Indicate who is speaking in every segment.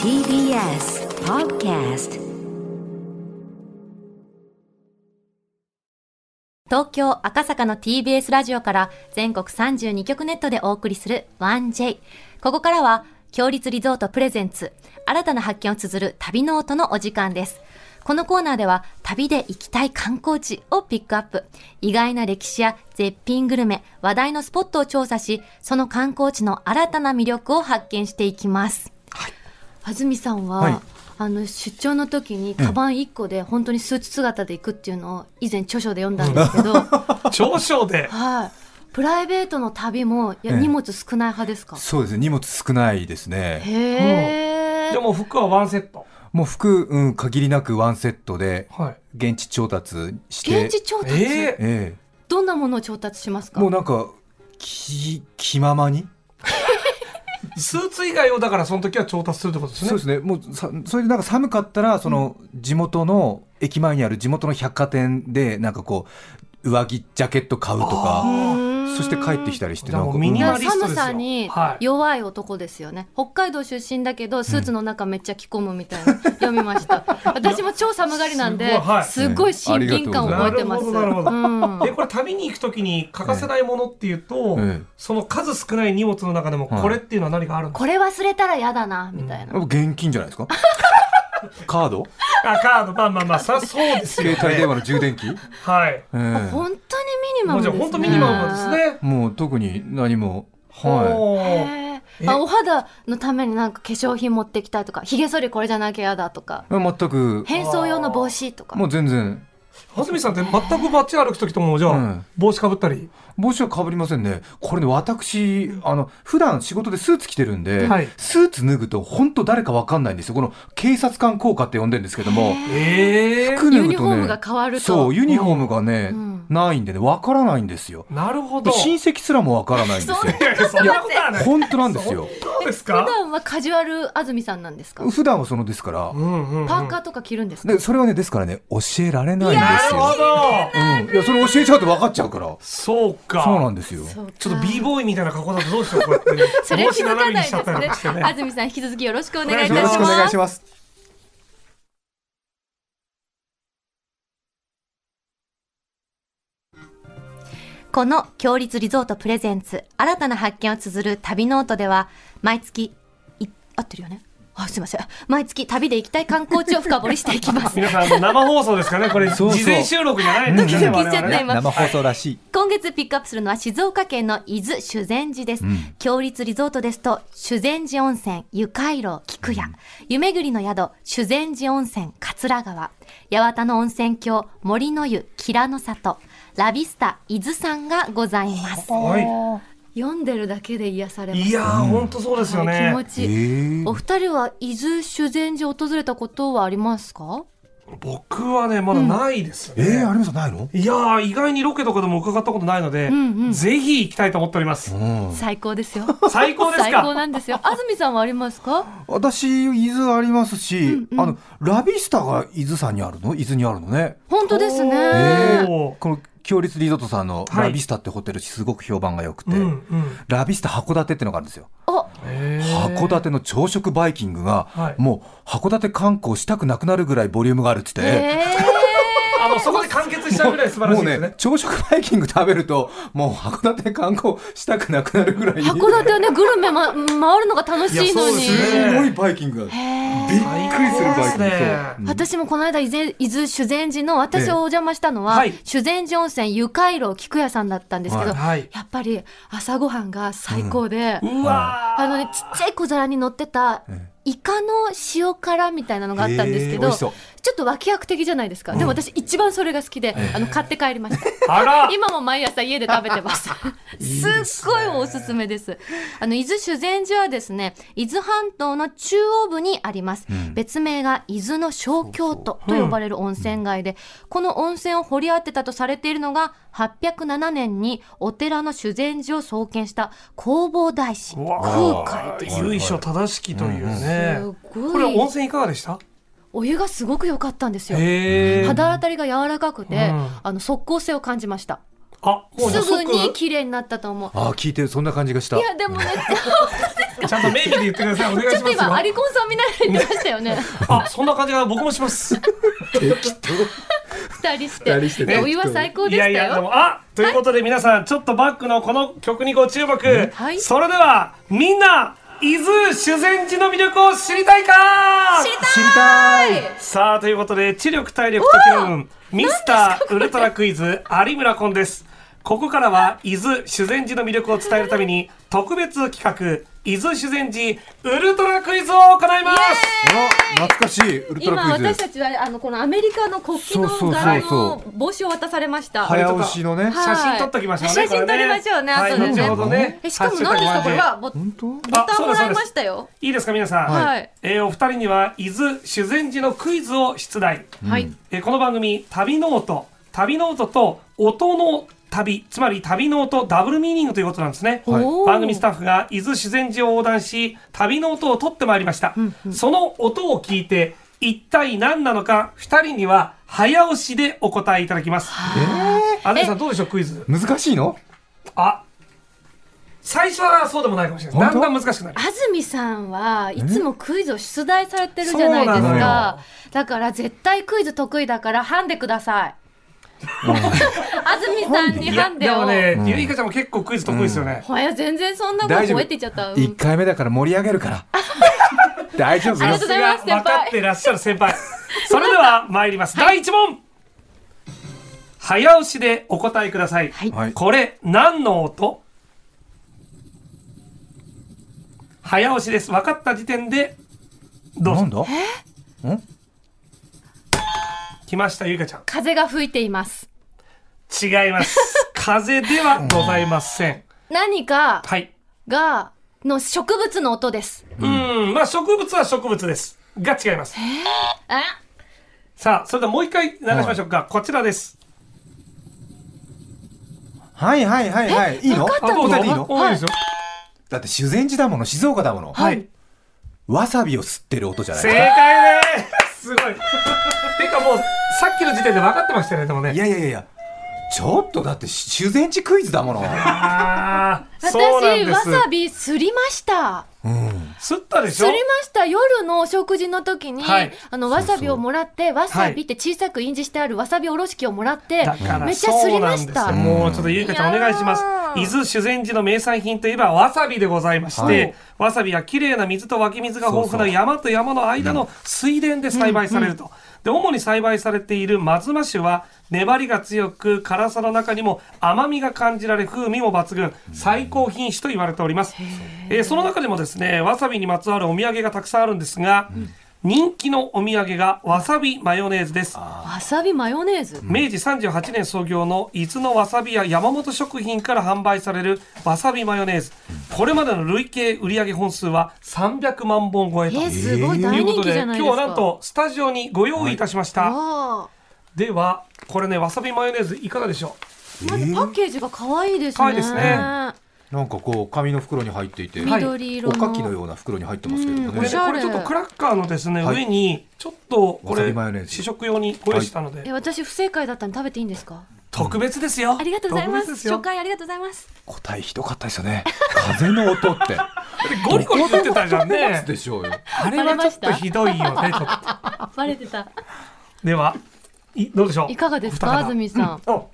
Speaker 1: TBS Podcast
Speaker 2: 東京赤坂の TBS ラジオから全国32局ネットでお送りする 1J。ここからは、強立リゾートプレゼンツ、新たな発見を綴る旅ノートのお時間です。このコーナーでは、旅で行きたい観光地をピックアップ。意外な歴史や絶品グルメ、話題のスポットを調査し、その観光地の新たな魅力を発見していきます。安住さんは、
Speaker 3: はい
Speaker 2: あの出張の時にカバン1個で本当にスーツ姿で行くっていうのを以前著書で読んだんですけど、
Speaker 4: 長所で
Speaker 2: はい、プライベートの旅もいや
Speaker 3: ええ
Speaker 2: 荷物少ない派ですか、
Speaker 3: そうですね荷物少ないですね
Speaker 2: へえ
Speaker 4: でも服はワンセット
Speaker 3: もう服、うん、限りなくワンセットで
Speaker 4: はい
Speaker 3: 現地調達して
Speaker 2: 現地調達、
Speaker 4: ええ
Speaker 3: え
Speaker 2: どんなものを調達します
Speaker 3: え
Speaker 2: か
Speaker 3: もうなんかき気ままに
Speaker 4: スーツ以外をだからその時は調達するってことですね
Speaker 3: そうですねもうさそれでなんか寒かったらその地元の駅前にある地元の百貨店でなんかこう上着ジャケット買うと
Speaker 2: う
Speaker 3: か
Speaker 2: ーん
Speaker 3: そして帰ってきたりして
Speaker 4: じゃ
Speaker 3: な
Speaker 4: あ
Speaker 3: ん
Speaker 4: も
Speaker 3: か
Speaker 4: うミニマリス
Speaker 2: 寒
Speaker 4: トですよ
Speaker 2: さに
Speaker 4: はい
Speaker 2: 弱い男ですよね、北海道出身だけどスーツの中めっちゃ着込むみ たいな、読みました私も超寒がりなん
Speaker 4: い
Speaker 2: で
Speaker 4: やすごいはい
Speaker 2: すごい親近感を覚えてます、
Speaker 4: ねありがとうござい
Speaker 2: うん
Speaker 4: えこれ旅に行く時に欠かせないものっていうと、
Speaker 3: ええ
Speaker 4: その数少ない荷物の中でも
Speaker 3: はい
Speaker 4: これっていうのは何かあるんです
Speaker 2: これ忘れたら嫌だなみたいな、
Speaker 3: やっぱ現金じゃないですかカード
Speaker 4: か、あカードまあまあまあそりゃそうです
Speaker 3: 携
Speaker 4: よね
Speaker 3: 帯電話の充電器、え
Speaker 4: はい
Speaker 3: え
Speaker 2: 本当にミニマ
Speaker 4: も
Speaker 2: ムです
Speaker 4: うじゃ
Speaker 2: ね
Speaker 4: あ本当ミニマムですね
Speaker 3: もう特に何もは
Speaker 4: ほう
Speaker 2: へ
Speaker 4: え
Speaker 2: ーあお肌のためになんか化粧品持ってきたいとかひげ剃りこれじゃなきゃ嫌だとか
Speaker 3: い全く
Speaker 2: 変装用の帽子とか
Speaker 3: もう全然
Speaker 4: 蓮見さんって全く街歩く時ともじゃあ、
Speaker 3: うん
Speaker 4: 帽子かぶったり
Speaker 3: 帽子はかぶりませんね。これね、私、あの、普段仕事でスーツ着てるんで、
Speaker 4: はい
Speaker 3: スーツ脱ぐと本当誰かわかんないんですよ。この警察官効果って呼んでるんですけども、
Speaker 4: ええ
Speaker 3: 服脱ぐとね、
Speaker 2: ユニフォームが変わると
Speaker 3: そう、ユニフォームがね、
Speaker 2: うん
Speaker 3: ないんでね、わからないんですよ。
Speaker 4: なるほど
Speaker 3: 親戚すらもわからないんですよ。
Speaker 4: いやいやそんなことはない
Speaker 3: 本当なんですよ。
Speaker 4: そうです
Speaker 2: 普
Speaker 4: か
Speaker 2: 段はカジュアル安住さんなんですか
Speaker 3: 普段はそのですから、
Speaker 4: うんうんうん
Speaker 2: パーカーとか着るんですか
Speaker 3: でそれはね、ですからね、教えられないんで
Speaker 4: な
Speaker 3: す
Speaker 4: るほ
Speaker 3: よ。
Speaker 4: ど
Speaker 3: うん、いや、それ教えちゃうと分かっちゃうから。
Speaker 4: そうか
Speaker 3: そうなんですよ。
Speaker 2: そうか
Speaker 4: ちょっと b ボーイみたいな格好だとどうしよう こうやって
Speaker 2: それ気づかない
Speaker 4: に
Speaker 2: で
Speaker 4: し
Speaker 2: す
Speaker 4: ちゃったり
Speaker 2: ね
Speaker 4: なんかしてね
Speaker 2: 安住さん引き続きよろしくお願いい
Speaker 3: よ
Speaker 2: た
Speaker 3: ろし
Speaker 2: し
Speaker 3: くお願い
Speaker 2: ます
Speaker 3: します。
Speaker 2: この強立リゾートプレゼンツ新たな発見を綴る旅ノートでは毎月い合ってるよねあすいません毎月旅で行きたい観光地を深掘りしていきます
Speaker 4: 皆さんあの生放送ですかねこれ
Speaker 3: そうそう
Speaker 4: 事前収録じゃないです
Speaker 2: ドキドキ しちゃった今
Speaker 3: 生放送らしい。
Speaker 2: 今月ピックアップするのは静岡県の伊豆修善寺です。強立リゾートですと、修善寺温泉、湯海楼、菊屋、湯巡りの宿、修善寺温泉、桂川、八幡の温泉郷、森の湯、吉良の里、ラビスタ、伊豆山がございます。
Speaker 4: は
Speaker 2: 読んでるだけで癒され
Speaker 4: い、いやー、ほんとそうですよね。
Speaker 2: ち
Speaker 3: ええ
Speaker 2: お二人は伊豆修善寺訪れたことはありますか
Speaker 4: 僕はね、まだないです
Speaker 3: え
Speaker 4: ね。
Speaker 3: ー、有馬さんないの？
Speaker 4: いやー、意外にロケとかでも伺ったことないので、
Speaker 2: んうん
Speaker 4: ぜひ行きたいと思っております。
Speaker 3: うん。
Speaker 2: 最高ですよ。
Speaker 4: 最高です
Speaker 2: 最高
Speaker 4: か
Speaker 2: なんですよ。安住さんはありますか
Speaker 3: 私伊豆ありますし、
Speaker 2: うん
Speaker 3: あのラビスタが伊豆さんにあるの？伊豆にあるのね。
Speaker 2: 本当ですね。
Speaker 4: おー
Speaker 3: この強立リゾートさんの
Speaker 4: はい
Speaker 3: ラビスタってホテルすごく評判が良くて、
Speaker 4: うん、うん。
Speaker 3: ラビスタ函館ってのがあるんですよ。
Speaker 2: お
Speaker 4: え
Speaker 3: 函館の朝食バイキングが、
Speaker 4: はい
Speaker 3: もう函館観光したくなくなるぐらいボリュームがあるっつって。
Speaker 2: え
Speaker 4: ー、あの、そこで完結しちゃうぐらい素晴らし
Speaker 3: も
Speaker 4: いうです
Speaker 3: ね
Speaker 4: ね。
Speaker 3: 朝食バイキング食べるともう函館観光したくなくなるぐらい
Speaker 2: ー、函館はねグルメ、ま、回るのが楽しい
Speaker 4: いやそ
Speaker 2: の
Speaker 4: う
Speaker 2: に
Speaker 4: ですね
Speaker 3: すごいバイキングがある
Speaker 2: へー
Speaker 3: びっくりするバイキング
Speaker 4: 最高ですね
Speaker 3: そううん
Speaker 2: 私もこの間伊豆伊豆修善寺の私お邪魔したのは、
Speaker 4: ええはい
Speaker 2: 修善寺温泉湯海楼菊屋さんだったんですけど、
Speaker 3: はい
Speaker 4: はい。
Speaker 2: やっぱり朝ごはんが最高で、
Speaker 4: うわー。
Speaker 2: あのねちっちゃい小皿に乗ってた
Speaker 3: え
Speaker 2: イカの塩辛みたいなのがあったんですけ
Speaker 3: へー美
Speaker 2: ど、
Speaker 3: 味し
Speaker 2: ち
Speaker 3: そ
Speaker 2: ょ
Speaker 3: う
Speaker 2: っと脇役的じゃないですか、でも私一番それが好きで、あの買って帰りました
Speaker 4: あ ら。
Speaker 2: 今も毎朝家で食べてます。 すっごいおすすめです。あの、伊豆修善寺はですね、伊豆半島の中央部にあります。別名が伊豆の小京都と呼ばれる温泉街で、この温泉を掘り当てたとされているのが、807年にお寺の修善寺を創建した弘法大師、
Speaker 4: う
Speaker 2: 空
Speaker 4: わ
Speaker 2: 海
Speaker 4: ー
Speaker 2: です。
Speaker 4: 由緒正しきというね。
Speaker 2: す
Speaker 4: これ
Speaker 2: ご
Speaker 4: 温
Speaker 2: い。
Speaker 4: 泉いかがでした
Speaker 2: お湯がすごく良かったんですよ。
Speaker 4: へー。
Speaker 2: 肌当たりが柔らかくて、
Speaker 4: うん
Speaker 2: あの、即効性を感じました。
Speaker 4: あ、もうじゃあ
Speaker 2: すぐ
Speaker 4: 即
Speaker 2: に綺麗になったと思う。
Speaker 3: あー聞いてるそんな感じがした
Speaker 2: いやでもね、ですか
Speaker 4: ちゃんとメイクで言ってください。お願い
Speaker 2: ちょ
Speaker 4: し
Speaker 2: っと
Speaker 4: ます
Speaker 2: 今ア
Speaker 4: よ。
Speaker 2: リコンさん見ながら言ってましたよね
Speaker 4: あ、そんな感じが僕もします。
Speaker 2: 二人し
Speaker 5: 二人
Speaker 2: て
Speaker 5: してね
Speaker 2: お湯は最高でし
Speaker 4: い
Speaker 2: た
Speaker 4: や
Speaker 2: よ
Speaker 4: いや、でも、あ、ということで皆さん、ちょっとバックのこの曲にご注目。
Speaker 2: はい
Speaker 4: それでは、みんな、伊豆修善寺の魅力を知りたいか
Speaker 2: 知りたい
Speaker 3: 知りたい
Speaker 4: さあということで知力体力と気分ミスターウルトラクイズ有村コンですここからは伊豆修善寺の魅力を伝えるために特別企画伊豆修善寺ウルトラクイズを行います
Speaker 3: あら懐かしいウルト
Speaker 2: 今
Speaker 3: ラクイ
Speaker 2: 私
Speaker 3: ズ
Speaker 2: たちはあのこのアメリカの国旗の
Speaker 3: そうそうそうそう
Speaker 2: 柄の帽子を渡されました。
Speaker 3: 早押しのね
Speaker 2: はい
Speaker 4: 写真撮っときましょうね
Speaker 2: 写真撮りましょうね
Speaker 4: これ
Speaker 2: 後でね
Speaker 4: はい後ほどね
Speaker 2: えしかも何ですかこれはボ
Speaker 3: 本当
Speaker 2: ボタンもらいましたよ。
Speaker 4: いいですか皆さん、
Speaker 2: はい
Speaker 4: えーお二人には伊豆修善寺のクイズを出題、
Speaker 2: はい。
Speaker 4: えーこの番組「旅ノート」「旅ノート」と「音の旅」つまり「旅ノート」ダブルミーニングということなんですね
Speaker 3: はい
Speaker 2: おー
Speaker 4: 番組スタッフが伊豆修善寺を横断し旅の音を取ってまいりました、その音を聞いて一体何なのか2人には早押しでお答えいただきます安住さんどうでしょうクイズ
Speaker 3: 難しいの
Speaker 4: あ最初はそうでもないかもしれないだん
Speaker 3: 本当
Speaker 4: だん難しくなる
Speaker 2: 安住さんはいつもクイズを出題されてるじゃないで
Speaker 4: そ
Speaker 2: す
Speaker 4: うなのよ
Speaker 2: か。だから絶対クイズ得意だからハンデください。安住さんにハンデ
Speaker 4: でも
Speaker 2: を。
Speaker 4: ね、ゆいかちゃんも結構クイズ得意ですよね、
Speaker 2: ほや全然そんなこと覚えてっちゃった。うん
Speaker 3: 一回目だから盛り上げるから 大丈夫
Speaker 2: ありが
Speaker 3: よ
Speaker 2: とうございます
Speaker 4: さすが分かってらっしゃる先輩 それでは参ります、第1問早押しでお答えください、
Speaker 2: はい
Speaker 3: はい
Speaker 4: これ何の音早押しです分かった時点でどう
Speaker 3: な
Speaker 4: ぞ
Speaker 3: んだ
Speaker 4: 来ましたゆいかちゃ
Speaker 2: 風が吹いています。
Speaker 4: ん違います 風ではございません
Speaker 2: 何か
Speaker 4: はい
Speaker 2: がの植物の音です。
Speaker 4: うんまあ植物は植物ですが違います
Speaker 2: あ
Speaker 4: さあそれではもう一回流しましょうか、こちらです
Speaker 3: はいはいはいはいいいの
Speaker 2: わかったの
Speaker 3: 答えていいの
Speaker 4: おいいですよ
Speaker 3: だって修善寺だもの静岡だもの
Speaker 2: はい。
Speaker 3: わさびを吸ってる音じゃない
Speaker 4: 正解ですすごい てかもうさっきの時点で分かってましたよねでもね
Speaker 3: いやいやいやいやちょっとだって修善寺クイズだも の
Speaker 4: あー そうなん
Speaker 2: 私
Speaker 4: で
Speaker 2: わ
Speaker 4: す
Speaker 2: さびすりました
Speaker 3: うん
Speaker 4: すったですしょ
Speaker 2: りました夜のお食事の時に、
Speaker 4: はい
Speaker 2: あのわさびをもらってわさびって小さく印字してあるわさびおろし器をもらって
Speaker 4: だから
Speaker 2: めっちゃすりました
Speaker 4: そうなんですよもうちょっとゆいかちゃんお願いします
Speaker 2: いやー
Speaker 4: 伊豆修善寺の名産品といえばわさびでございまして、
Speaker 3: はい
Speaker 4: わさびは綺麗な水と湧き水が豊富
Speaker 3: そう
Speaker 4: な
Speaker 3: そう
Speaker 4: 山と山の間の水田で栽培されると、で主に栽培されている松間種は粘りが強く辛さの中にも甘みが感じられ風味も抜群最高品種と言われております、えーその中でもですねわさびにまつわるお土産がたくさんあるんですが、人気のお土産がわさびマヨネーズです
Speaker 2: わさびマヨネーズ
Speaker 4: 明治38年創業の伊豆のわさび屋山本食品から販売されるわさびマヨネーズこれまでの累計売上本数は300万本超え
Speaker 2: え
Speaker 4: と
Speaker 2: ー、すごい
Speaker 3: えー
Speaker 2: 大
Speaker 4: いうこ
Speaker 2: 人
Speaker 4: と
Speaker 2: 気じ
Speaker 4: で
Speaker 2: ゃ
Speaker 4: 今
Speaker 2: ない
Speaker 4: 日
Speaker 2: ですか、
Speaker 4: はなんとスタジオにご用意いたしました、
Speaker 2: あ
Speaker 4: ではこれねわさびマヨネーズいかがでしょ
Speaker 2: ーまずパッケージが可愛いですね,、
Speaker 4: 可愛いですね
Speaker 3: なんかこう紙の袋に入っていて、
Speaker 4: はい
Speaker 2: 緑色
Speaker 3: お
Speaker 2: の、
Speaker 3: かきのような袋に入ってますけれども
Speaker 4: う
Speaker 2: うん
Speaker 4: これ
Speaker 2: お
Speaker 4: ね
Speaker 2: し
Speaker 3: ね
Speaker 2: ゃれ
Speaker 4: これちょっとクラッカーのですね、
Speaker 3: はい
Speaker 4: 上にちょっとこ
Speaker 3: わさ
Speaker 4: れ
Speaker 3: びマヨネーズ
Speaker 4: 試食用にご用意したので、
Speaker 2: え私不正解だったので食べていいんですか
Speaker 4: 特別ですよ
Speaker 2: ありがとうございま
Speaker 4: 特別ですよ
Speaker 2: 初回ありがとうございます
Speaker 3: 答えひどかったですよね風の音 って
Speaker 4: ゴリゴリ言ってたじ ゃんね
Speaker 3: でしょうよ
Speaker 4: あれはちょっとひどいよねちょっと
Speaker 2: あバレてた
Speaker 4: ではいどうでしょう
Speaker 2: いかがですか
Speaker 4: お二方
Speaker 2: 安住さん、
Speaker 4: お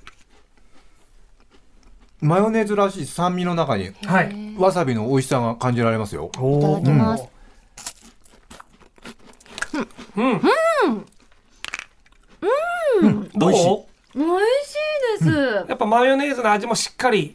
Speaker 3: マヨネーズらしい酸味の中に
Speaker 4: は
Speaker 2: え
Speaker 4: い。
Speaker 2: ー
Speaker 3: わさびの美味しさが感じられますよ
Speaker 4: お
Speaker 2: いただきます。
Speaker 4: うん。うん。うん。どう
Speaker 3: 美味しい
Speaker 2: 美味しいです
Speaker 4: やっぱマヨネーズの味もしっかり。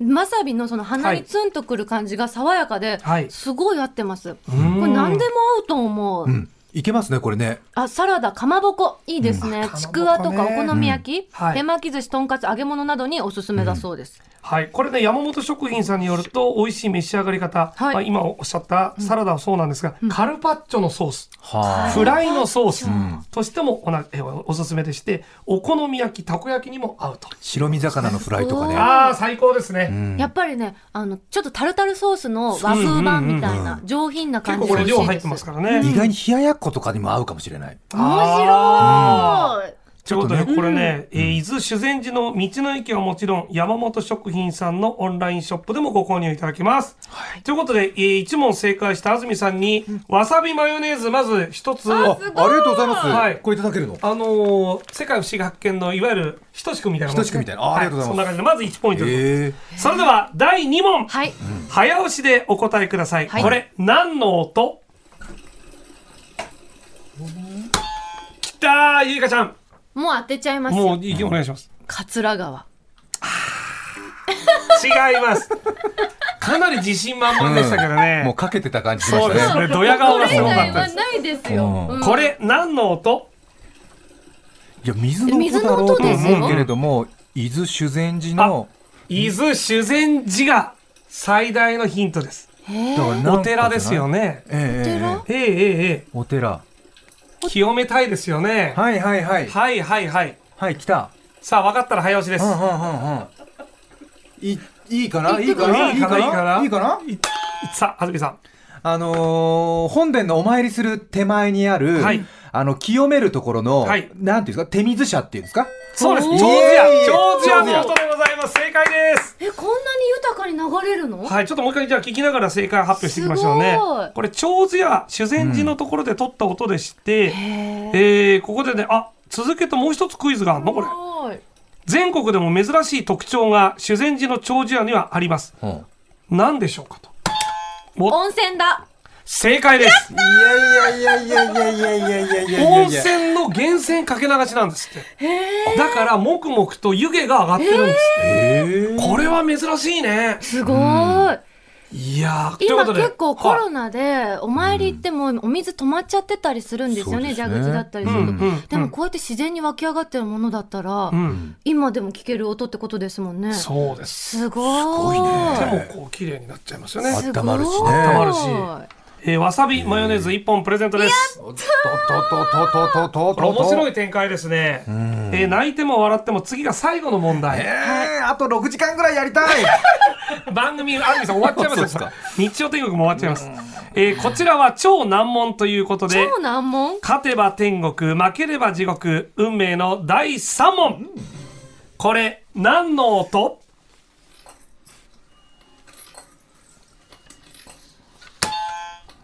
Speaker 2: うん、わさびのその鼻にツンとくる感じが爽やかで、
Speaker 4: はい
Speaker 2: すごい合ってます。こ
Speaker 4: ん
Speaker 2: れ何でも合うと思う。
Speaker 3: うんいけますねこれね
Speaker 2: あ、サラダ、かまぼこ、いいですね。
Speaker 4: うん
Speaker 2: ちくわと
Speaker 4: か
Speaker 2: か
Speaker 4: まぼ
Speaker 2: お
Speaker 4: こね
Speaker 2: 好み焼き、
Speaker 4: はい
Speaker 2: 手巻き寿司、とんかつ、揚げ物などにおすすめだそうです。
Speaker 4: はい。これね、山本食品さんによると、美味しい召し上がり方。
Speaker 2: はい
Speaker 4: まあ今おっしゃったサラダはそうなんですが、カルパッチョのソース。
Speaker 3: は
Speaker 4: フライのソース
Speaker 3: ん
Speaker 4: としてもおなえおすすめでして、お好み焼き、たこ焼きにも合うと。
Speaker 3: 白身魚のフライとか
Speaker 2: うん
Speaker 3: ね
Speaker 4: ああ、最高ですね。
Speaker 2: やっぱりね、あの、ちょっとタルタルソースの和風版みたいな、上品な
Speaker 4: 結
Speaker 2: 感
Speaker 4: 構
Speaker 2: じ
Speaker 4: こ
Speaker 2: が
Speaker 4: れ
Speaker 2: 美味
Speaker 4: 量
Speaker 2: しいで
Speaker 4: 入って
Speaker 2: す。
Speaker 4: ますから
Speaker 3: 意
Speaker 4: ね。
Speaker 3: 外に冷ややっことかにも合うかもしれない
Speaker 2: 面白い。
Speaker 4: ということで、これね、えー伊豆修善寺の道の駅はもちろん、山本食品さんのオンラインショップでもご購入いただけます。ということで、えー、1問正解した安住さんに、わさびマヨネーズ、まず一つ。
Speaker 3: あありがとうございます、
Speaker 4: はい
Speaker 3: これいただけるの
Speaker 4: あのー世界不思議発見のいわゆるひとしくみたいなもんですね
Speaker 3: ひとしくみたいなあーありがとうございます
Speaker 4: はそんな感じでまず1ポイントです、
Speaker 3: え
Speaker 4: それでは第2問、
Speaker 2: はい。
Speaker 4: 早押しでお答えください、
Speaker 2: はい
Speaker 4: これ何の音きたーゆいかちゃん
Speaker 2: もう当てちゃいます
Speaker 4: も
Speaker 2: よ。
Speaker 4: ういきお願いします
Speaker 2: 桂川。
Speaker 4: 違いますかなり自信満々でしたけどね、
Speaker 3: もうかけてた感じしま
Speaker 4: そう
Speaker 3: し
Speaker 4: です
Speaker 3: たね
Speaker 4: ねドヤ顔がすごかったです
Speaker 2: ないです
Speaker 3: ようん
Speaker 4: これ何の音
Speaker 3: いや水の音だろうと思うけれども伊豆修善寺の
Speaker 4: 伊豆修善寺が最大のヒントです
Speaker 3: だからなんかじゃない
Speaker 4: お寺ですよね
Speaker 3: えええええ
Speaker 4: えええええ
Speaker 3: えお寺
Speaker 4: え清めたいですよね
Speaker 3: はいはいはい
Speaker 4: はいはいはい
Speaker 3: はい来た
Speaker 4: さあ分かったら早押しです
Speaker 3: うんうんうんうんいいいかないい
Speaker 4: く
Speaker 3: か
Speaker 4: れ
Speaker 3: ない
Speaker 4: いいかないいかない
Speaker 3: いかな
Speaker 4: さあ安住さん
Speaker 3: あのー本殿のお参りする手前にある、
Speaker 4: はい
Speaker 3: あの清めるところの、
Speaker 4: はい
Speaker 3: なんていうんですか手水舎っていうんですか
Speaker 4: そうです
Speaker 2: おー
Speaker 4: 長寿屋
Speaker 3: イエーイ
Speaker 4: 長寿屋の
Speaker 3: 長
Speaker 4: 音でございます正解です
Speaker 2: え、こんなに豊かに流れるの
Speaker 4: はい、ちょっともう一回じゃあ聞きながら正解発表していきましょうね
Speaker 2: すごい。
Speaker 4: これ、長寿や修善寺のところで取った音でし
Speaker 2: へ
Speaker 4: て、えーここでね、あ、続けてもう一つクイズがあるのこれ。
Speaker 2: はい。
Speaker 4: 全国でも珍しい特徴が修善寺の長寿屋にはあります。
Speaker 3: うんい
Speaker 4: 何でしょうかと。お
Speaker 2: 温泉だ。
Speaker 4: 正解です。
Speaker 3: やいやいやいやいやいやいやいや
Speaker 4: 温泉の源泉かけ流しなんですって。だから、もくもくと湯気が上がってるんですって。
Speaker 3: え
Speaker 4: これは珍しいね。
Speaker 2: すごーい。
Speaker 4: いやー、というこ
Speaker 2: 今
Speaker 4: とで
Speaker 2: 結構コ
Speaker 4: は
Speaker 2: ロナでお参り行ってもお水止まっちゃってたりするんですよね、
Speaker 3: そうですね
Speaker 2: 蛇口だったりす
Speaker 4: い
Speaker 2: る
Speaker 4: う
Speaker 2: と。
Speaker 4: んうん
Speaker 2: でもこうやって自然に湧き上がってるものだったら、
Speaker 4: うんうん。
Speaker 2: 今でも聞ける音ってことですもんね。
Speaker 4: そうです。
Speaker 2: すごーい。
Speaker 3: すごい
Speaker 4: 手
Speaker 3: ね
Speaker 4: もこう綺麗になっちゃいますよね。
Speaker 2: すごい
Speaker 3: 温まるしね
Speaker 4: 温まるしえーわさびマヨネーズ1本プレゼントです。
Speaker 3: ととととととと
Speaker 4: これ面白
Speaker 3: い
Speaker 4: い展開ですね。えー泣いても笑っても次が最後の問
Speaker 3: え
Speaker 4: 題。
Speaker 3: えあと6時間ぐらいやりたい
Speaker 4: 番組、アルミさん終わっちゃいますよ
Speaker 3: そうで
Speaker 4: 日曜天国も終わっちゃいます。えーこちらは超難問ということで、
Speaker 2: 超難問
Speaker 4: 勝てば天国、負ければ地獄、運命の第3問。これ、何の音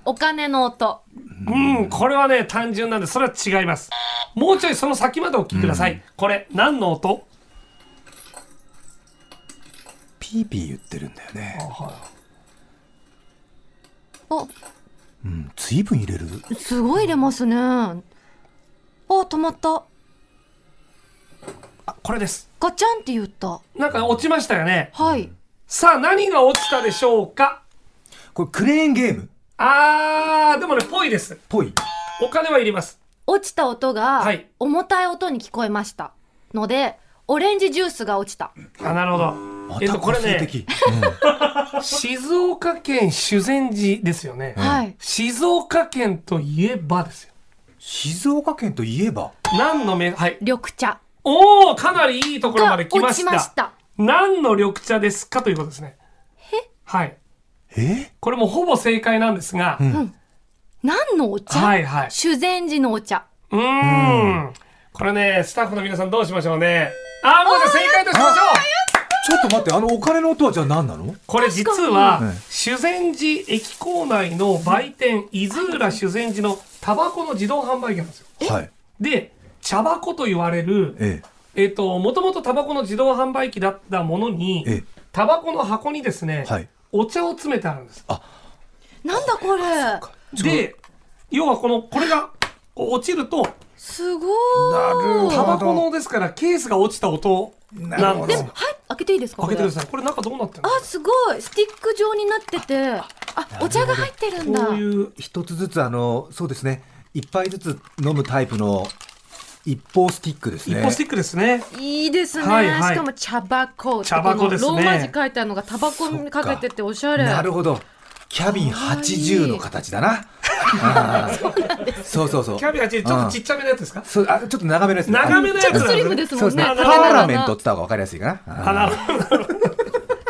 Speaker 2: お金の音。
Speaker 4: うん、これはね、単純なんで、それは違います。もうちょいその先までお聞きください。これ、何の音
Speaker 3: ピーピー言ってるんだよね
Speaker 2: お、
Speaker 3: うん随分入れる
Speaker 2: すごい入れますね。あ、止まった。
Speaker 4: あこれです。
Speaker 2: ガチャンって言った。
Speaker 4: なんか落ちましたよね。
Speaker 2: はい。
Speaker 4: さあ、何が落ちたでしょうか
Speaker 3: これクレーンゲームっ
Speaker 4: あー、でもね、ぽいです。
Speaker 3: ぽい
Speaker 4: お金はいります。
Speaker 2: 落ちた音が
Speaker 4: はい
Speaker 2: 重たい音に聞こえました。ので、オレンジジュースが落ちた。
Speaker 4: あ、なるほど。
Speaker 3: ま
Speaker 4: えったと、こ
Speaker 3: 個
Speaker 4: れ
Speaker 3: 性
Speaker 4: ね、
Speaker 3: 的、
Speaker 4: 静岡県修善寺ですよね。
Speaker 2: はい。
Speaker 4: 静岡県といえばですよ。
Speaker 3: 静岡県といえば
Speaker 4: 何のめ、はい。
Speaker 2: 緑茶
Speaker 4: おー、かなりいいところま
Speaker 2: が
Speaker 4: で
Speaker 2: 落
Speaker 4: 来まし
Speaker 2: ち
Speaker 4: た。
Speaker 2: ました。
Speaker 4: 何の緑茶ですかということですね。はい。
Speaker 3: え
Speaker 4: これもほぼ正解なんですが、
Speaker 2: 何のお茶、
Speaker 4: はいはい。
Speaker 2: 修善寺のお茶。
Speaker 4: うーん。これね、スタッフの皆さんどうしましょうね。あー、もうじゃあ正解としましょう
Speaker 3: ちょっと待ってあのお金の音はじゃあ何なの
Speaker 4: これ実
Speaker 3: うん
Speaker 4: は修善寺駅構内の売店伊豆浦修善寺のタバコの自動販売機なんですよ
Speaker 3: はい
Speaker 4: で茶箱と言われる
Speaker 3: え
Speaker 4: えっ、ともともとタバコの自動販売機だったものに
Speaker 3: ええ
Speaker 4: タバコの箱にですね、
Speaker 3: はい
Speaker 4: お茶を詰めてあるんです
Speaker 2: なんだこれ
Speaker 4: で要はこのこれがこう落ちると
Speaker 2: すご
Speaker 3: なる
Speaker 2: ー
Speaker 3: ほ
Speaker 2: い。
Speaker 3: ど
Speaker 4: タバコのですからケースが落ちた音なんです
Speaker 2: でも、はい、開けていいですか
Speaker 4: 開けてくださ
Speaker 2: い。
Speaker 4: いこれ中どうなってるの
Speaker 2: あ、すごい。スティック状になってて。あ、お茶が入ってるんだ。
Speaker 4: こういう
Speaker 3: 一つずつあのそうですね一杯ずつ飲むタイプの一方スティックです
Speaker 4: 一
Speaker 3: ね
Speaker 4: 歩スティックですね
Speaker 2: いいですね、
Speaker 4: はいはい
Speaker 2: しかも茶箱って
Speaker 4: 茶箱ですね
Speaker 2: このローマ字書いてあるのがタバコにかけてておしゃれ
Speaker 3: なるほどキャビン
Speaker 2: かわいい
Speaker 3: 80の形だなあーそうそうそう
Speaker 4: キャビアチちょっとちっちゃめのやつですか
Speaker 3: そうあちょっと長めのやつね
Speaker 4: 長めのやつ
Speaker 2: ちょっとスリムです
Speaker 3: そ
Speaker 2: も
Speaker 3: うんです
Speaker 2: ね
Speaker 3: ねパ
Speaker 4: あ
Speaker 3: ー
Speaker 4: の
Speaker 3: ラメントって言った方が分かりやすいかなあー
Speaker 4: あなるほど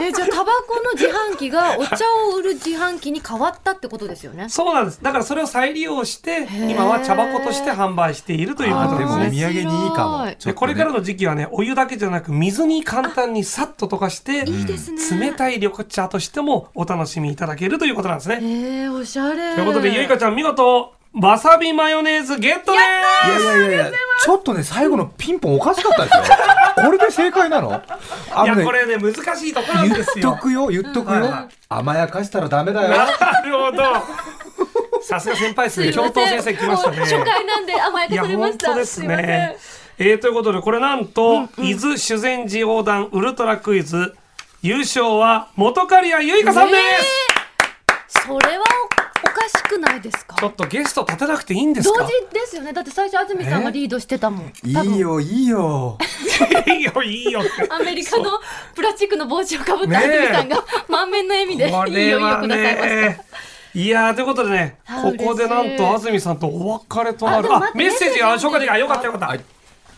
Speaker 2: えじゃあタバ箱の自販機がお茶を売る自販機に変わったってことですよね。
Speaker 4: そうなんです。だからそれを再利用して、今は茶箱として販売しているというこ
Speaker 3: あ
Speaker 4: と
Speaker 3: で
Speaker 4: で
Speaker 3: も
Speaker 4: す
Speaker 3: お
Speaker 4: ね
Speaker 3: 土。産にいいかも
Speaker 2: 面白い
Speaker 3: ちょっ
Speaker 4: で
Speaker 3: とね
Speaker 4: これからの時期はね、お湯だけじゃなく、水に簡単にさっと溶かして、
Speaker 2: いいですね。
Speaker 4: 冷たい緑茶としてもお楽しみいただけるということなんですね。
Speaker 2: えー、おしゃれ。
Speaker 4: ということで、ゆいかちゃん、見事、わさびマヨネーズゲットで
Speaker 3: いやいやいやいやちょっとね最後のピンポンおかしかった ですよこれで正解なのあ
Speaker 4: すい
Speaker 3: の
Speaker 4: や、
Speaker 3: ね
Speaker 4: これね、難しいところなん
Speaker 3: 言
Speaker 4: で
Speaker 3: っ
Speaker 4: す
Speaker 3: と
Speaker 4: よ。
Speaker 3: くよ言っとくよ
Speaker 4: はい
Speaker 3: 甘やかしたらダメだよ
Speaker 4: なるほど。さすが先輩ですね。教頭先生来ましたね。
Speaker 2: もう初回なんで甘や
Speaker 4: い
Speaker 2: か
Speaker 4: や
Speaker 2: されま
Speaker 4: 本
Speaker 2: した。
Speaker 4: 当です
Speaker 2: いません
Speaker 4: ね。えー、ということでこれなんと、伊豆修善寺横断ウルトラクイズ優勝は本刈谷由香さんです、
Speaker 2: それはおおかしくないですか
Speaker 4: ちょっとゲスト立てなくていいんです
Speaker 2: 同
Speaker 4: か
Speaker 2: 時ですよねだって最初安住さんがリードしてたもん、多分
Speaker 3: いいよいいよ
Speaker 4: いいよいいよって
Speaker 2: アメリカのプラスチックの帽子をかぶった安
Speaker 4: ねえ
Speaker 2: 住さんが満面の笑みで「いい
Speaker 4: こ
Speaker 2: よいい
Speaker 4: れ
Speaker 2: よ」
Speaker 4: は
Speaker 2: くださいました。
Speaker 4: ねいやーということでね
Speaker 2: あ
Speaker 4: ここでなんと安住さんとお別れとな
Speaker 2: あで
Speaker 4: る
Speaker 2: も
Speaker 4: あ
Speaker 2: 待って
Speaker 4: メッセージが
Speaker 2: メッセージ
Speaker 4: 紹介できたよかったよかった、
Speaker 3: はい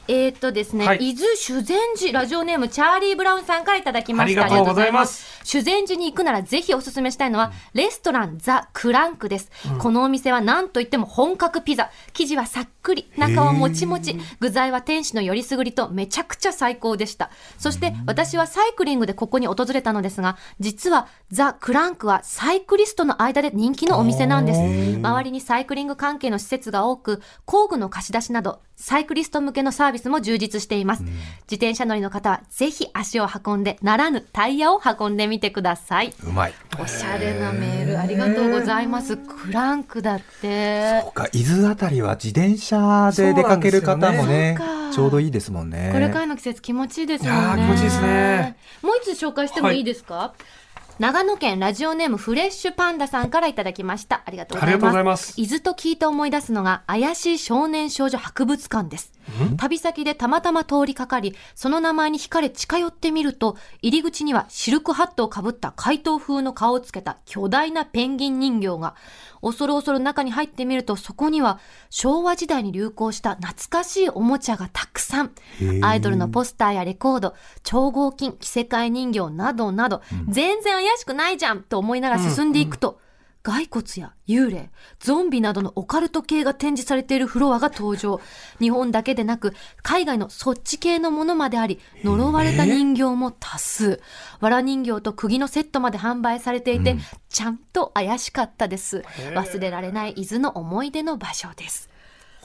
Speaker 2: えーっとですね、
Speaker 4: はい
Speaker 2: 伊豆修善寺ラジオネームチャーリー・ブラウンさんからいただきました
Speaker 4: ありがとうご
Speaker 2: あり
Speaker 4: ざいます
Speaker 2: がとうございます修善寺に行くならぜひおすすめしたいのは、レストランザ・クランクです、このお店は何といっても本格ピザ生地はさっくり中はもちもち具材は天使のよりすぐりとめちゃくちゃ最高でしたそして私はサイクリングでここに訪れたのですが実はザ・クランクはサイクリストの間で人気のお店なんです周りにサイクリング関係の施設が多く工具の貸し出しなどサイクリスト向けのサービスも充実しています、自転車乗りの方はぜひ足を運んでならぬタイヤを運んでみてくださいう
Speaker 3: まい
Speaker 2: おしゃれなメールありがとうございますクランクだって
Speaker 3: そっか伊豆あたりは自転車で出かける方もね
Speaker 2: そうなんですよね
Speaker 3: ちょうどいいですもんね
Speaker 2: これからの季節気持ちいいですもんね
Speaker 4: いやー気持ちいいですね
Speaker 2: もう一つ紹介してもいいですか、長野県ラジオネームフレッシュパンダさんからいただきましたありがとうござい
Speaker 4: ありがとう
Speaker 2: ま
Speaker 4: ご
Speaker 2: す
Speaker 4: ざいます
Speaker 2: 伊豆と聞いて思い出すのが怪しい少年少女博物館です旅先でたまたま通りかかりその名前に惹かれ近寄ってみると入り口にはシルクハットをかぶった怪盗風の顔をつけた巨大なペンギン人形が恐る恐る中に入ってみるとそこには昭和時代に流行した懐かしいおもちゃがたくさんアイドルのポスターやレコード超合金着せ替え人形などなど、全然怪しくないじゃんと思いながら進んでいくと、骸骨や幽霊、ゾンビなどのオカルト系が展示されているフロアが登場。日本だけでなく、海外のそっち系のものまであり、呪われた人形も多数。わら人形と釘のセットまで販売されていて、ちゃんと怪しかったです。忘れられない伊豆の思い出の場所です。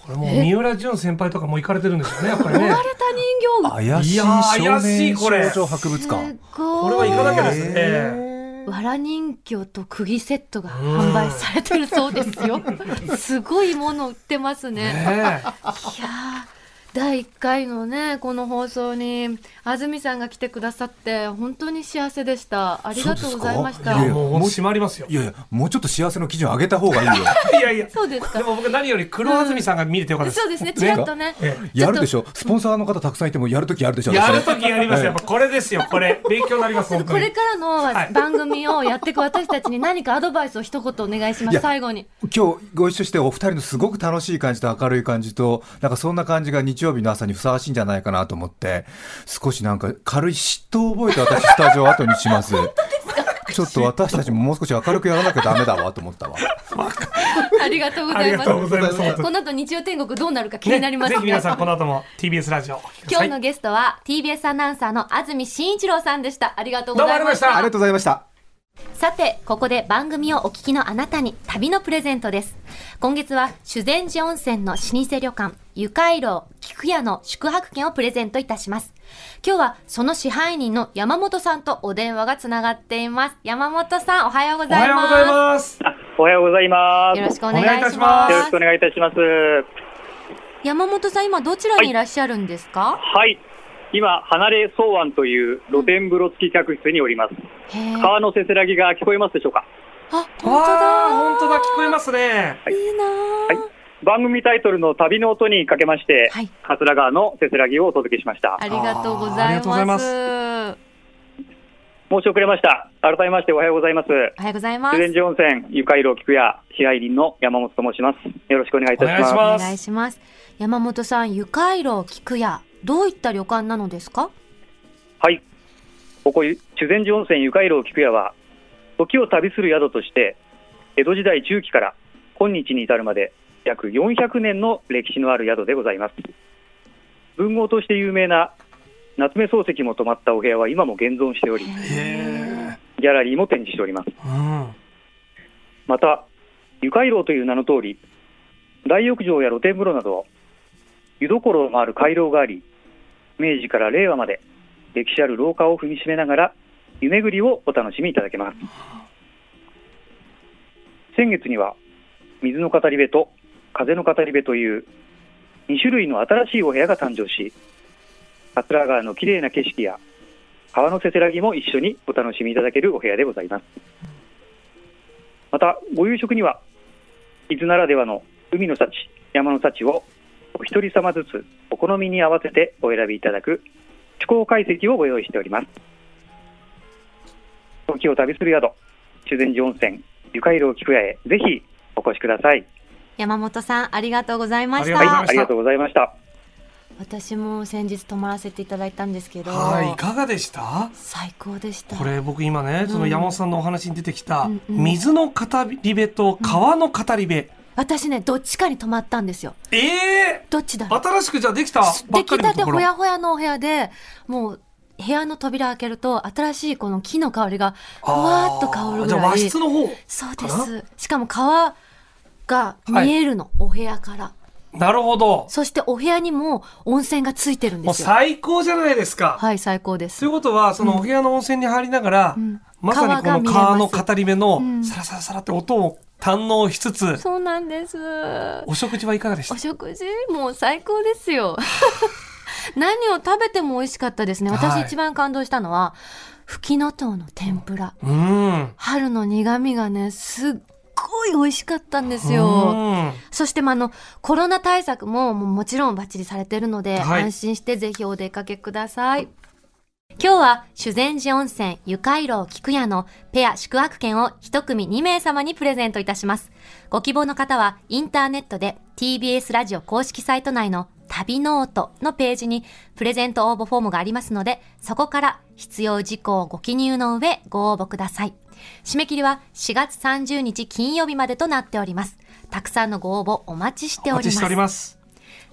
Speaker 4: これもう三浦純先輩とかも行かれてるんですよねやっぱりね
Speaker 2: われた人形
Speaker 3: 怪しい
Speaker 4: いや
Speaker 3: 少
Speaker 4: ー怪しい
Speaker 3: 年少
Speaker 4: これ
Speaker 3: 女博物館
Speaker 2: すごい。
Speaker 4: これは行かなきゃですね、
Speaker 2: わら人形と釘セットが販売されてるそうです よ。すごいもの売ってますね。
Speaker 4: ね
Speaker 2: いやー第1回のねこの放送に安住さんが来てくださって本当に幸せでしたありがとうございまし
Speaker 3: そう
Speaker 2: た
Speaker 3: です
Speaker 4: え
Speaker 3: か
Speaker 4: もうほんと閉まりますよ
Speaker 3: いやいやもうちょっと幸せの基準上げた方がいい よ
Speaker 4: いやいや
Speaker 2: そうですか
Speaker 4: でも僕何より黒安住さんが見れてよかったです、
Speaker 2: そうですねちらっとね
Speaker 4: ええ
Speaker 3: やるでし
Speaker 2: ょ
Speaker 3: ょスポンサーの方たくさんいてもやるときやるでしょ
Speaker 4: やるときやります
Speaker 3: ええ
Speaker 4: よ。やっぱこれですよ。これ勉強になります。本当
Speaker 2: これ
Speaker 4: に。
Speaker 2: から
Speaker 4: はい
Speaker 2: の番組をやっていく私たちに何かアドバイスを一言お願いしま
Speaker 3: い
Speaker 2: す
Speaker 3: や
Speaker 2: 最後に
Speaker 3: 今日ご一緒してお二人のすごく楽しい感じと明るい感じとなんかそんな感じが日曜日の朝にふさわしいんじゃないかなと思って少しなんか軽い嫉妬を覚えて私スタジオを後にしますちょっと私たちももう少し明るくやらなきゃダメだわと思ったわ
Speaker 2: ありがとうご
Speaker 4: あ
Speaker 2: ざ
Speaker 4: り
Speaker 2: い
Speaker 4: が
Speaker 2: ます
Speaker 4: とうございます。本当に
Speaker 2: この後日曜天国どうなるか気になります
Speaker 4: ねぜひ皆さんこの後も TBS ラジオ。
Speaker 2: 今日のゲストは TBS アナウンサーの安住紳一郎さんでしたありがとうございました
Speaker 4: どうもありがとうございました
Speaker 3: ありがとうございました
Speaker 2: さて、ここで番組をお聞きのあなたに旅のプレゼントです。今月は修善寺温泉の老舗旅館、ゆかいろう菊屋の宿泊券をプレゼントいたします。今日はその支配人の山本さんとお電話がつながっています。山本さん、おはようご
Speaker 4: おは
Speaker 2: ざい
Speaker 4: よう
Speaker 2: ま
Speaker 4: ご
Speaker 2: す。
Speaker 4: ざいます。
Speaker 5: あおはようございます。
Speaker 2: よろしくお
Speaker 4: お願いい
Speaker 2: 願い
Speaker 4: た
Speaker 2: し
Speaker 4: し
Speaker 2: ま
Speaker 4: ま
Speaker 2: しま
Speaker 5: よろし
Speaker 2: す
Speaker 5: くお願いいたします。
Speaker 2: 山本さん、今どちらにいらっしゃるんですか、
Speaker 5: はい。今、離れ草庵という露天風呂付き客室におります。
Speaker 2: へえ。あ、
Speaker 5: 川のせせらぎが聞こえますでしょうか
Speaker 2: 本当だ。
Speaker 4: わあ、本当だ。聞こえますね。
Speaker 2: いいな
Speaker 5: はい番組タイトルの旅の音にかけまして、
Speaker 2: はい
Speaker 5: 桂川のせせらぎをお届けしました。
Speaker 2: ありがとうご
Speaker 4: あーあ
Speaker 2: ざ
Speaker 4: り
Speaker 2: い
Speaker 4: がとうござい
Speaker 2: ま。
Speaker 4: ますす
Speaker 5: 申し遅れました。改めましておはようございます。
Speaker 2: おはようございます
Speaker 5: 修。善寺温泉、ゆかいろ菊屋、支配人の山本と申します。よろしくお願いいたします。
Speaker 2: お
Speaker 4: お願いしま
Speaker 2: 願いします。山本さん、ゆかいろう菊屋、どういった旅館なのですか。
Speaker 5: はい。ここ修善寺温泉ゆかいろう菊屋は時を旅する宿として江戸時代中期から今日に至るまで約400年の歴史のある宿でございます文豪として有名な夏目漱石も泊まったお部屋は今も現存しており
Speaker 4: へ
Speaker 5: ギャラリーも展示しております
Speaker 4: え。うん。
Speaker 5: また、湯回廊という名の通り、大浴場や露天風呂など、湯どころもある回廊があり、明治から令和まで歴史ある廊下を踏みしめながら、湯巡りをお楽しみいただけます。先月には、水の語り部と風の語り部という2種類の新しいお部屋が誕生し、桂川の綺麗な景色や川のせせらぎも一緒にお楽しみいただけるお部屋でございます。またご夕食には伊豆ならではの海の幸山の幸をお一人様ずつお好みに合わせてお選びいただく趣向解析をご用意しております時を旅する宿修善寺温泉湯海楼菊屋へぜひお越しください
Speaker 2: 山本さん、ありがとうございまし
Speaker 4: ありがとうご
Speaker 2: た
Speaker 4: ざいまし。
Speaker 5: ありがとうございました
Speaker 2: 私も先日泊まらせていただいたんですけど、
Speaker 4: はい、いかがでした
Speaker 2: 最高でした。
Speaker 4: これ僕今ね、その山本さんのお話に出てきた、
Speaker 2: うんうん
Speaker 4: 水の語り部と川の語り部。
Speaker 2: 私ね、どっちかに泊まったんですよ。
Speaker 4: ええ
Speaker 2: どっちだろう
Speaker 4: 新しくじゃあできたば
Speaker 2: 出
Speaker 4: っか
Speaker 2: 来
Speaker 4: りの
Speaker 2: たて
Speaker 4: とこ
Speaker 2: ほ
Speaker 4: ろ。
Speaker 2: やほやのお部屋で、もう、部屋の扉開けると、新しいこの木の香りが、ふわーっと香る
Speaker 4: あー
Speaker 2: ぐ
Speaker 4: じゃあ
Speaker 2: ら
Speaker 4: 和
Speaker 2: い。
Speaker 4: 室の方。
Speaker 2: そうです。しかも川が見えるの、お部屋から。
Speaker 4: なるほど。
Speaker 2: そしてお部屋にも温泉がついてるん
Speaker 4: も
Speaker 2: で
Speaker 4: う
Speaker 2: すよ。
Speaker 4: 最高じゃないですか。
Speaker 2: はい、最高で
Speaker 4: とい
Speaker 2: す
Speaker 4: う。ことは、そのお部屋の温泉に入りながら、
Speaker 2: ん
Speaker 4: まさにこの
Speaker 2: 川が見
Speaker 4: 川の
Speaker 2: えます
Speaker 4: 語り部の
Speaker 2: ん
Speaker 4: サラサラサラって音を堪能しつつ、
Speaker 2: そうなんです。
Speaker 4: お食事はいかがでした
Speaker 2: お食事もう最高です よ。何を食べても美味しかったですね。
Speaker 4: は
Speaker 2: 私
Speaker 4: い
Speaker 2: 一番感動したのは、ふきのとうの天ぷら。
Speaker 4: うん。
Speaker 2: 春の苦味がね、すっごい美味しかったんです
Speaker 4: う
Speaker 2: よ。
Speaker 4: ん
Speaker 2: そして、まあ、あの、コロナ対策ももうもちろんバッチリされてるので、
Speaker 4: はい
Speaker 2: 安心してぜひお出かけください。今日は、修善寺温泉ゆかいろう菊屋のペア宿泊券を一組2名様にプレゼントいたします。ご希望の方は、インターネットで TBS ラジオ公式サイト内の旅ノートのページにプレゼント応募フォームがありますので、そこから必要事項をご記入の上ご応募ください。締め切りは4月30日金曜日までとなっております。たくさんのご応募お待ちして
Speaker 4: お
Speaker 2: お
Speaker 4: 待
Speaker 2: り
Speaker 4: ちして
Speaker 2: ま
Speaker 4: おり
Speaker 2: す。
Speaker 4: ます。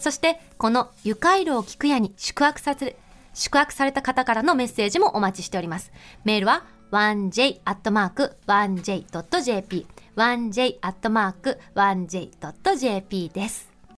Speaker 2: そして、このゆかいろう菊屋に宿泊させ、宿泊された方からのメッセージもお待ちしております。メールは 1j.1j.jp、1j.1j.jp です。